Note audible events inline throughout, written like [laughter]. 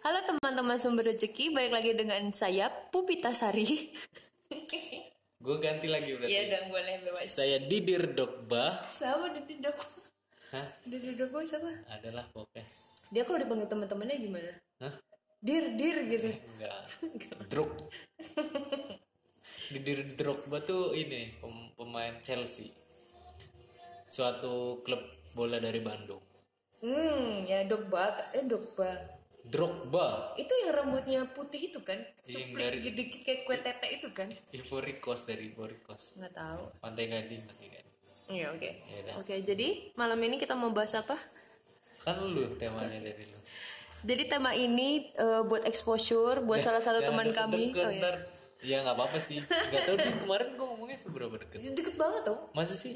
Halo teman-teman sumber rezeki, balik lagi dengan saya Pupita Sari. Gue ganti lagi berarti. Iya dong, boleh bebas. Saya Didir Dokba Sama Dede Dok. Hah? Dede Dok boy sama. adalah pokoknya. Dia kalau dipanggil teman-temannya gimana? Hah? Dir, dir gitu. Enggak. Druk. Didir Drogba tuh ini pem- pemain Chelsea. Suatu klub bola dari Bandung. Hmm, ya Dokba, eh Dokba. Drogba Itu yang rambutnya putih itu kan? Iya, yang Cuprik dari- dikit kayak kue tete itu kan? Ivory Coast dari Ivory Coast. Nggak tahu. Pantai Gading, Pantai Gading. Iya, oke. Ya udah. Oke, jadi malam ini kita mau bahas apa? Kan lu temanya dari lu. Jadi tema ini eh, buat exposure buat salah satu Jangan teman deket-deket kami. Oh, iya. ntar. ya nggak apa-apa sih. Gak tau deh, kemarin gue ngomongnya seberapa deket. Deket banget tuh. Masa sih?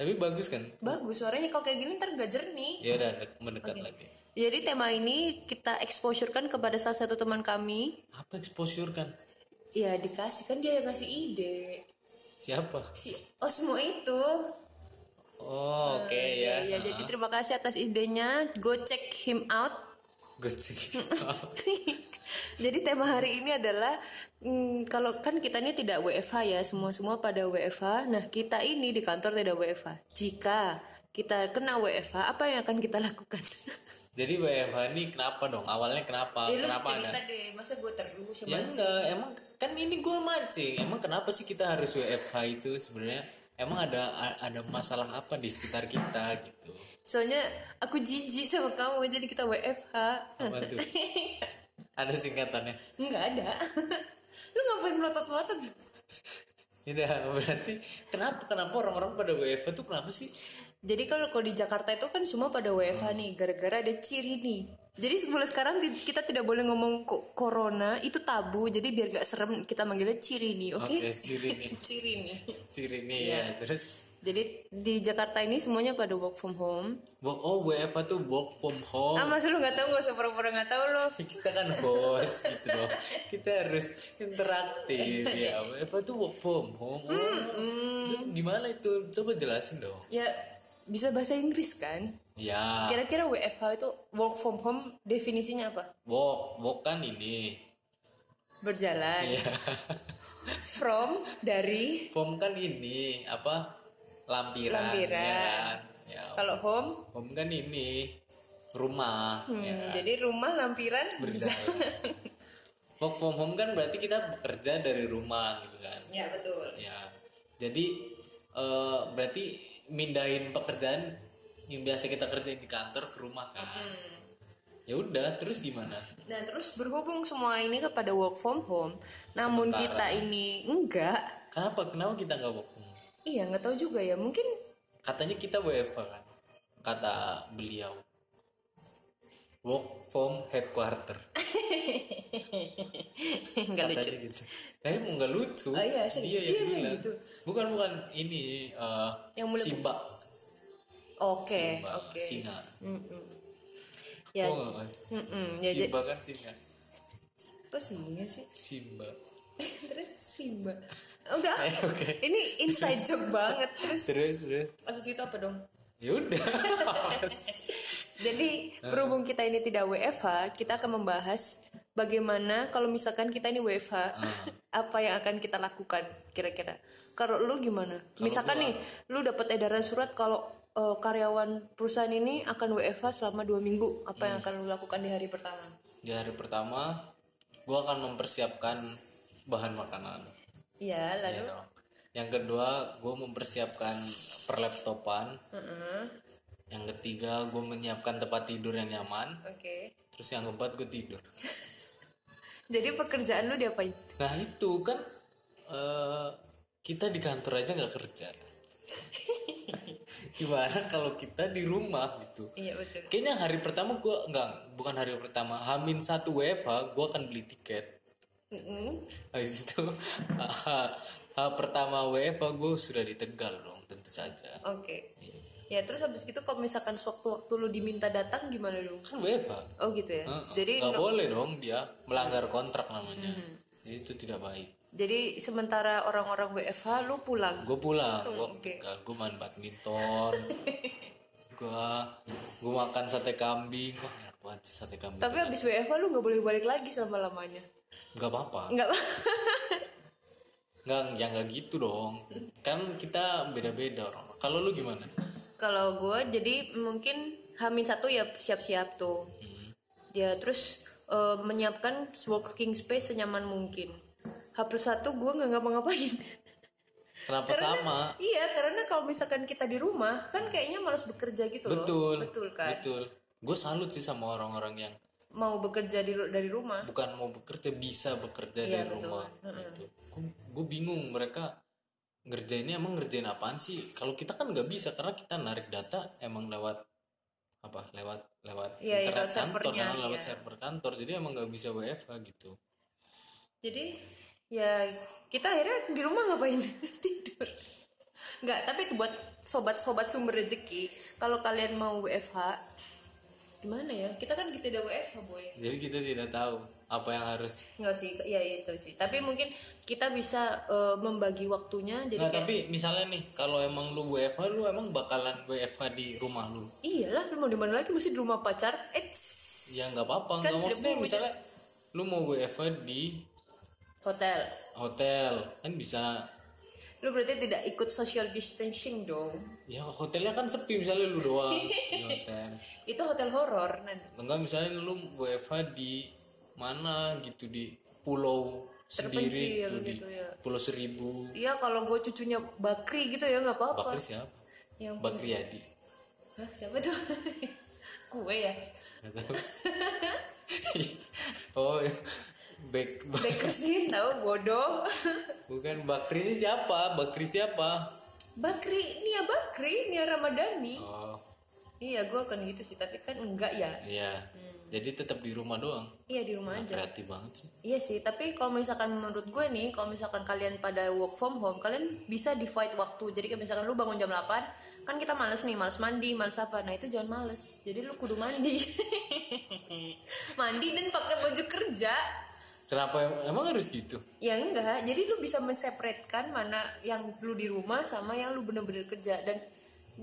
Tapi bagus kan? Bagus suaranya kalau kayak gini ntar nggak jernih. Ya udah de- mendekat lagi. Jadi tema ini kita exposure kan kepada salah satu teman kami. Apa exposure kan? Ya dikasih kan dia yang ngasih ide. Siapa? Si Osmo itu. Oh, oke ya. Iya, iya, [laughs] jadi terima kasih atas idenya. Go check him out. Good sih. [laughs] [laughs] Jadi tema hari ini adalah mm, kalau kan kita ini tidak WFH ya, semua-semua pada WFH. Nah, kita ini di kantor tidak WFH. Jika kita kena WFH, apa yang akan kita lakukan? jadi WFH ini kenapa dong? Awalnya [laughs] kenapa? Ya, lu Oh, kenapa ada? cerita deh, masa gue terus Ya enggak, emang kan ini gue mancing. Emang kenapa sih kita harus WFH itu sebenarnya? Emang ada a- ada masalah apa di sekitar kita gitu? Soalnya aku jijik sama kamu, jadi kita WFH. Apa tuh? Ada singkatannya. [laughs] Nggak ada. Lu ngapain melotot-melotot? Tidak, Ya berarti kenapa kenapa orang-orang pada WFH tuh kenapa sih? Jadi kalau kalau di Jakarta itu kan semua pada WFH nih, gara-gara ada ciri nih. Jadi sebelum sekarang ti- kita tidak boleh ngomong ko- corona itu tabu, jadi biar gak serem kita manggilnya ciri nih, oke? Iya. Oke, ciri nih. [laughs] ciri nih. Ciri nih ya. Terus Jadi di Jakarta ini semuanya pada work from home. Work- oh WFH tuh work from home. Ah mas lu nggak tahu nggak usah pura-pura nggak tahu lo. kita kan bos gitu loh kita harus interaktif ya apa tuh work from home Oh, itu gimana itu coba jelasin dong Ya bisa bahasa Inggris kan? ya Kira-kira WFH itu work from home definisinya apa? work work kan ini Berjalan ya from dari from kan ini apa lampiran, Lampiran. ya, ya. kalau home home kan ini rumah hmm, ya jadi rumah lampiran berjalan work from home kan berarti kita bekerja dari rumah gitu kan Ya betul. Ya, jadi eh, berarti mindahin pekerjaan yang biasa kita kerjain di kantor ke rumah kan? Ya udah, terus gimana? Nah terus berhubung semua ini kepada work from home, namun kita ini enggak, Kenapa? Kenapa kita nggak work from home? iya nggak tahu juga ya mungkin [laughs] Katanya kita WFH kan? Kata beliau. Work from headquarter. [laughs] nggak lucu. Katanya gitu. Kayaknya mau nggak lucu. Oh iya, sih. Dia yang Iya, bilang. gitu. Bukan bukan ini eh, Yang mulai- Simba, Oke Simba, oke. singa. Mm-mm. Ya Oh, nggak, Mas? Mm-mm, ya, Simba kan singa. kok singa sih? [laughs] Simba. terus Simba. Udah. Eh, oke. Ini inside joke banget terus. Serius, serius. Abis itu apa dong? Ya udah. Jadi berhubung kita ini tidak WFH, kita akan membahas bagaimana kalau misalkan kita ini WFH, apa yang akan kita lakukan kira-kira. Kalau lu gimana? misalkan gua- nih, lu dapat edaran surat kalau eh, karyawan perusahaan ini akan WFH selama dua minggu, apa yang akan lu lakukan di hari pertama? Di hari pertama, gua akan mempersiapkan bahan makanan. Iya, lalu. Ya dong. Yang kedua, gue mempersiapkan perlaptopan. Heeh, Yang ketiga, gue menyiapkan tempat tidur yang nyaman. Oke. Terus yang keempat, gue tidur. Jadi pekerjaan lu diapain? Nah itu kan eh, kita di kantor aja nggak kerja. [laughs] Gimana kalau kita di rumah gitu? Iya betul. Kayaknya hari pertama gue enggak, bukan hari pertama. Hamin satu WFH, gue akan beli tiket. Habis itu [laughs] H pertama WFA gue sudah di Tegal dong tentu saja Oke. Ya terus habis gitu kalau misalkan sewaktu-waktu lu diminta datang gimana dong? kan WFA Oh gitu ya. Heeh. Jadi Hmm. nggak boleh dong dia melanggar kontrak namanya Jadi itu tidak baik Jadi sementara orang-orang WFH lu pulang. gue pulang gue oke. [laughs] gue main badminton gua gua makan sate kambing wah enak banget sih sate kambing Tapi abis WFH lu nggak boleh balik lagi selama lamanya. nggak apa-apa Nggak. nggak ya nggak gitu dong kan kita beda-beda orang kalau lu gimana [laughs] Kalau gue jadi mungkin Hamin satu ya siap-siap tuh. Ya terus eh, menyiapkan working space senyaman mungkin. H plus satu gue nggak ngapa-ngapain. kenapa sama [laughs] Iya karena kalau misalkan kita di rumah kan kayaknya malas bekerja gitu loh. betul Betul kan. betul gue salut sih sama orang-orang yang Mau bekerja di, ru- dari rumah. bukan mau bekerja bisa bekerja Iya, dari betul. rumah gitu gue bingung mereka ngerjainnya emang ngerjain apaan sih kalau kita kan nggak bisa karena kita narik data emang lewat apa lewat lewat Iya, iya, lewat internet kantor servernya, kan, lewat iya. server kantor jadi emang nggak bisa WFH gitu Jadi ya kita akhirnya di rumah ngapain? [laughs] Tidur. Nggak, tapi itu buat sobat-sobat sumber rezeki, kalau kalian mau WFH, gimana ya? Kita kan tidak WFH, boy. jadi kita tidak tahu apa yang harus Nggak sih, ya itu sih. Tapi mungkin kita bisa eh, membagi waktunya jadi Nah, kayak tapi misalnya nih kalau emang lu WFH lu emang bakalan WFH di rumah lu iyalah lu mau di mana lagi masih di rumah pacar. Eh, ya nggak apa-apa Kan nggak dia maksudnya punya. misalnya lu mau WFH di hotel. hotel kan bisa Lu berarti tidak ikut social distancing dong. ya hotelnya kan sepi misalnya lu [laughs] doang di hotel Itu hotel horor nanti. enggak misalnya lu WFH di mana gitu di pulau sendiri Terpencil gitu, di gitu ya. pulau seribu Iya, kalau gue cucunya Bakri gitu ya nggak apa-apa. Bakri siapa Yang Bakri Yadi Hah, siapa tuh? [laughs] Gue ya. Nggak tahu. [laughs] oh back, Bakersin tahu bodoh. [laughs] bukan Bakri ini siapa Bakri siapa Bakri, Nia Bakri, Nia Ramadhani. oh Iya, gue akan gitu sih, tapi kan enggak ya. iya jadi tetap di rumah doang Iya di rumah aja. kreatif banget sih Iya sih, tapi kalau misalkan menurut gue nih, kalau misalkan kalian pada work from home, kalian bisa divide waktu. Jadi kayak misalkan lu bangun jam 8, kan kita males nih, males mandi, males apa. Nah, itu jangan males. Jadi lu kudu mandi. [laughs] mandi dan pakai baju kerja. kenapa em- emang harus gitu ya enggak jadi lu bisa menseparatkan mana yang lu di rumah sama yang lu bener-bener kerja dan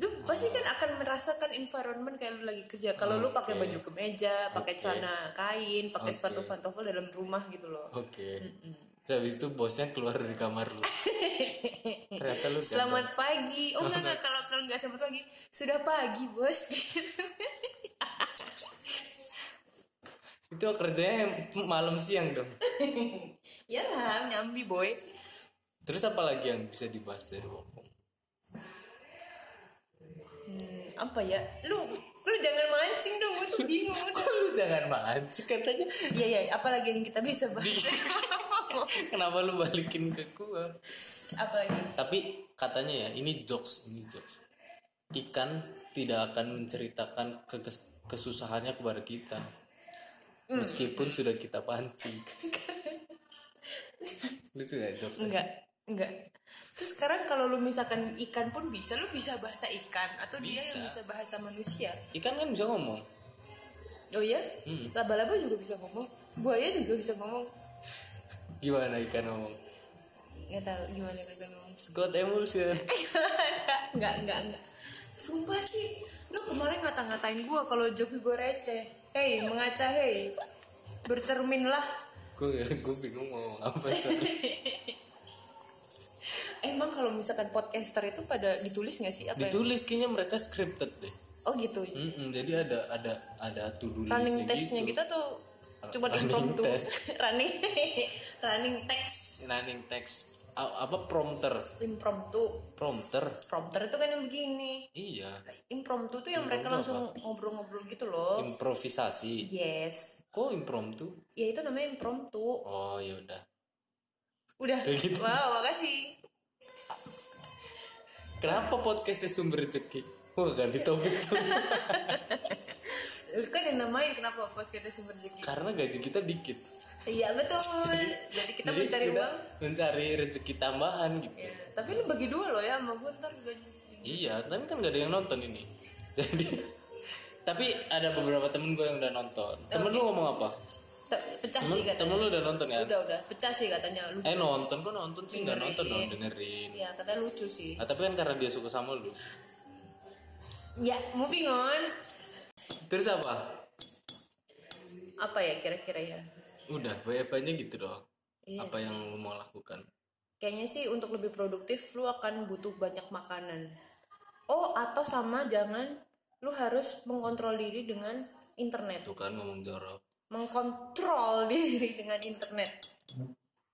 lu pasti kan akan merasakan environment kayak lu lagi kerja kalau lu pakai baju kemeja pakai celana kain pakai sepatu pantofel dalam rumah gitu loh oke Terus habis itu bosnya keluar dari kamar lu ternyata lu kan selamat pagi oh enggak enggak kalau kalau enggak selamat pagi sudah pagi bos [laughs] gitu itu kerjanya malam siang dong ya lah nyambi boy terus apa lagi yang bisa dibahas dari work from home? Hmm, apa ya lu lu jangan mancing dong gue tuh bingung [laughs] kok lu jangan mancing katanya ya ya apalagi yang kita bisa bahas kenapa lu balikin ke gua apalagi tapi katanya ya ini jokes ini jokes ikan tidak akan menceritakan kekes- kesusahannya kepada kita meskipun sudah kita pancing [laughs] lucu gak jokes Enggak, enggak. Terus sekarang kalau lu misalkan ikan pun bisa, lu bisa bahasa ikan atau dia yang bisa bahasa manusia. ikan kan bisa ngomong Oh iya? Laba-laba juga bisa ngomong, buaya juga bisa ngomong. gimana ikan ngomong Enggak tahu gimana kata [laughs] ngomong. Scott Emulsion Eh. enggak, enggak, enggak. Sumpah sih, lu kemarin ngata-ngatain gua kalau jokes gua receh. Hei, mengaca hei. Bercerminlah. gue gue bingung mau ngomong apa [laughs] soalnya. Emang kalau misalkan podcaster itu pada ditulis nggak sih apa? yang- ditulis kayaknya mereka scripted deh Oh gitu. Mm-mm, jadi ada ada ada to do running listnya text-nya gitu gitu tuh cuma Running impromptu test. [laughs] running running text running text A- apa prompter impromptu prompter prompter itu kan yang begini iya impromptu tuh yang mereka langsung ngobrol-ngobrol gitu loh improvisasi yes kok impromptu ya itu namanya impromptu oh ya udah udah Kayak gitu. wow makasih kenapa podcastnya sumber rezeki Wah ganti topik tuh [laughs] kan yang namain kenapa bos kita sumber rezeki karena gaji kita dikit iya betul jadi kita Jadi mencari kita uang mencari rezeki tambahan gitu Ya, tapi lu bagi dua loh ya sama gue ntar gaji Iya, tapi kan gak ada yang nonton ini. [laughs] Jadi, tapi ada beberapa temen gue yang udah nonton. Temen lu ngomong apa? Te- pecah Temen, sih katanya temen lu udah nonton kan? udah udah pecah sih katanya lucu Eh nonton kok nonton sih nggak nonton dong dengerin. ya katanya lucu sih Nah, tapi kan karena dia suka sama lu. Ya, moving on. Terus apa? Apa ya kira-kira ya? Udah, WFH-nya gitu dong. Iya Apa yang lu mau lakukan? Kayaknya sih untuk lebih produktif lu akan butuh banyak makanan. Oh, atau sama jangan lu harus mengkontrol diri dengan internet. Tuh kan ngomong jorok. Mengkontrol [laughs] diri dengan internet.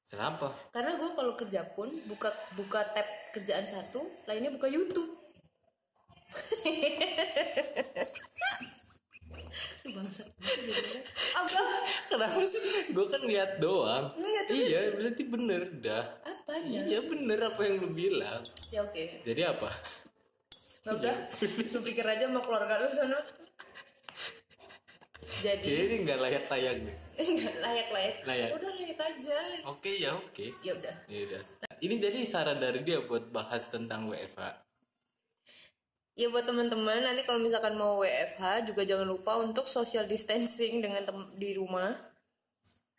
Kenapa? [laughs] Karena gue kalau kerja pun buka buka tab kerjaan satu, lainnya buka YouTube. [laughs] Lu bangsat. Apa? Kenapa sih? Gue kan lihat doang. Enggak, iya, berarti bener dah. Apanya? Iya bener apa yang lu bilang. Ya oke. Jadi apa? [laughs] Nggak udah. Lu pikir aja sama keluarga lu sana. Jadi [laughs] Jadi ini nggak layak tayang nih. nggak layak-layak. Layak. Udah layak aja. Oke ya oke. Ya udah. Ya udah. Ini jadi saran dari dia buat bahas tentang WFH. Ya buat teman-teman nanti kalau misalkan mau WFH juga jangan lupa untuk social distancing dengan tem- di rumah.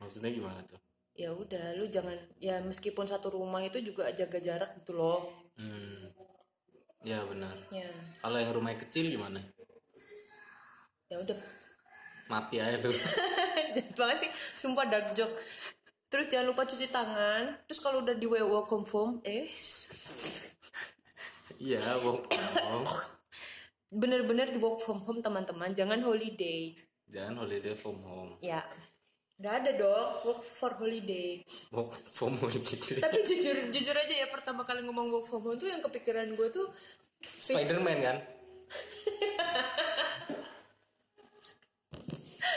Maksudnya gimana tuh? ya udah lu jangan ya meskipun satu rumah itu juga jaga jarak gitu loh Hmm. Ya benar. ya Kalau yang rumahnya kecil gimana? ya udah [laughs] Mati aja lu. Jahat banget sih sumpah dark joke terus jangan lupa cuci tangan terus kalau udah di WO confirm eh [laughs] Iya, wong wong. bener-bener di work from home teman-teman jangan holiday Jangan holiday from home. ya nggak ada dong work for holiday Work from home gitu. tapi jujur jujur aja ya pertama kali ngomong work from home tuh yang kepikiran gue tuh Spiderman kan?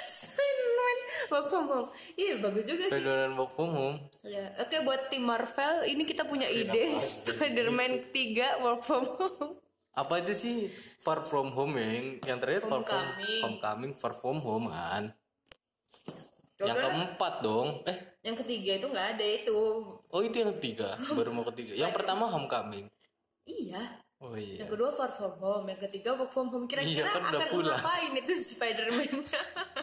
Spiderman work from home iya bagus juga sih Spiderman work from home. Ya, oke buat tim Marvel ini kita punya ide Spider-Man 3 work from home. Apa aja sih far from home ya? Yang, yang terakhir far from Homecoming. homecoming, far from home kan? Yang Coba. keempat dong. Eh, Yang ketiga itu nggak ada itu. oh itu yang ketiga. Baru mau ketiga. Yang pertama homecoming. Iya. Oh iya. Yang kedua far from home, yang ketiga work from home. Kira-kira Iya, kan udah akan pulang. ngapain itu Spider-Man?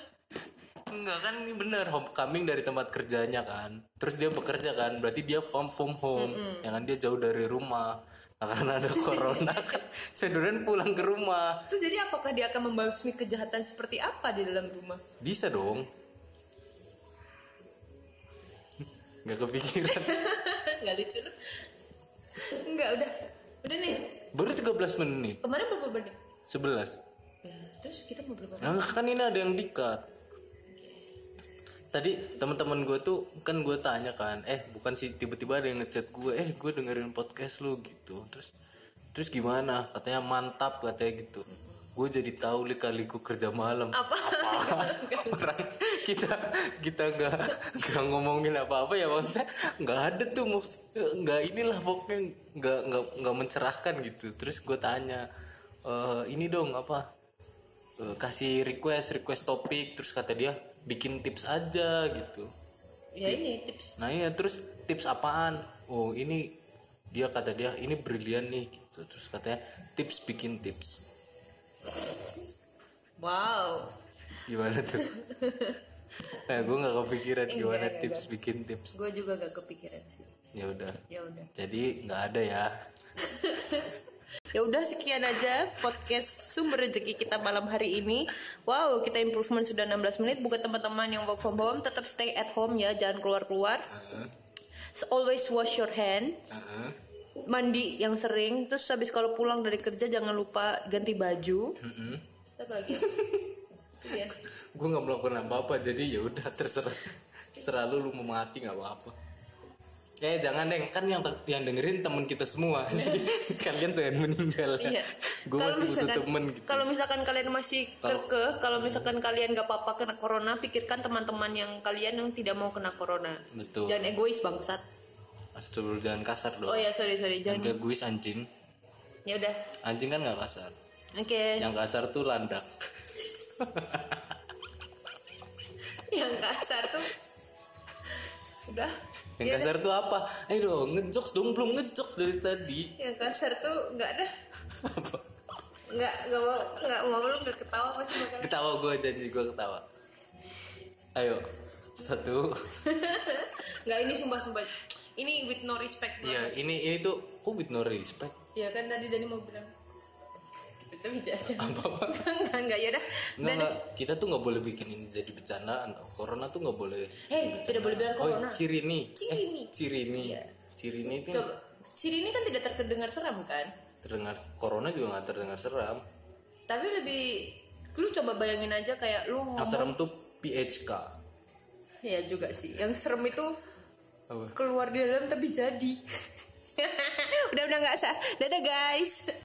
[laughs] Enggak kan ini bener homecoming dari tempat kerjanya kan. Terus dia bekerja kan. Berarti dia from from home. Ya kan dia jauh dari rumah. Nah, karena ada corona kan. Seduren pulang ke rumah. Terus jadi apakah dia akan membasmi kejahatan seperti apa di dalam rumah? [laughs] Bisa dong. Enggak kepikiran. nggak lucu lu. Nggak, udah. Udah nih. Baru 13 menit. Kemarin berapa menit? 11. Ya, terus kita mau berapa? Nah, kan ini ada yang dikat. Tadi teman-teman gue tuh kan gue tanya kan, eh bukan sih tiba-tiba ada yang ngechat gue, eh gue dengerin podcast lu gitu. Terus terus gimana? Katanya mantap katanya gitu. Gue jadi tahu lika-liku kerja malam. Apa? Orang kita kita nggak nggak ngomongin apa-apa ya maksudnya nggak ada tuh maksud nggak inilah pokoknya nggak nggak nggak mencerahkan gitu. Terus gue tanya "Eh, ini dong apa Eh, kasih request request topik terus kata dia bikin tips aja gitu [laughs] ya ini tips. nah iya terus tips apaan oh ini dia kata dia ini brilian nih gitu terus katanya tips bikin tips Wow. gimana tuh eh gue nggak kepikiran gimana tips bikin tips Gue juga gak kepikiran sih. ya udah Ya udah. jadi nggak ada ya Ya udah sekian aja podcast sumber rezeki kita malam hari ini. Wow, kita improvement sudah 16 menit. Buat teman-teman yang work from home tetap stay at home ya, jangan keluar-keluar. So, Always wash your hand. Heeh. Mandi yang sering, terus habis kalau pulang dari kerja jangan lupa ganti baju. Mm-mm. Apa lagi? Iya. gue nggak melakukan apa-apa jadi ya udah terserah selalu lu mau mati nggak apa-apa eh jangan deng kan yang te- yang dengerin temen kita semua [laughs] Jadi, kalian jangan meninggal [laughs] Iya. gue Kalau masih butuh misalkan- temen gitu Kalau misalkan kalian masih kekeh, kalau misalkan kalian gak apa-apa kena corona, pikirkan teman-teman yang kalian yang tidak mau kena corona. betul Jangan egois bangsat. astagfirullah jangan kasar dong Oh ya sorry sorry jangan. udah guis anjing Ya udah. anjing kan nggak kasar Oke. yang kasar tuh landak Yang kasar tuh. Udah. yang Iya, kan? kasar tuh apa ayo dong ngejoks dong belum ngejoks dari tadi Yang kasar tuh nggak ada. [laughs] Apa? Nggak nggak mau nggak mau lu nggak ketawa pasti bakal. ketawa gue janji gue ketawa ayo satu [laughs] Nggak ini sumpah sumpah. Ini with no respect. Iya, ini ini tuh kok with no respect. Ya kan tadi Dani mau bilang. Itu bicara apa [laughs] apa Enggak, enggak, yaudah Nggak, nggak. nah. kita tuh nggak boleh bikin ini jadi bercandaan tau. Corona tuh nggak boleh. Hei, jadi tidak boleh bilang bercandaan. Iya, corona. Oh, Cirini. Cirini. Eh, Cirini. Iya. Cirini itu Coba, ciri ini kan tidak terdengar seram kan? terdengar corona juga nggak terdengar seram. Tapi lebih, lu coba bayangin aja kayak lu Yang ngomong seram tuh PHK. Ya juga sih, yang serem itu Apa? [laughs] keluar di dalam tapi jadi. udah udah nggak sah. Dadah guys.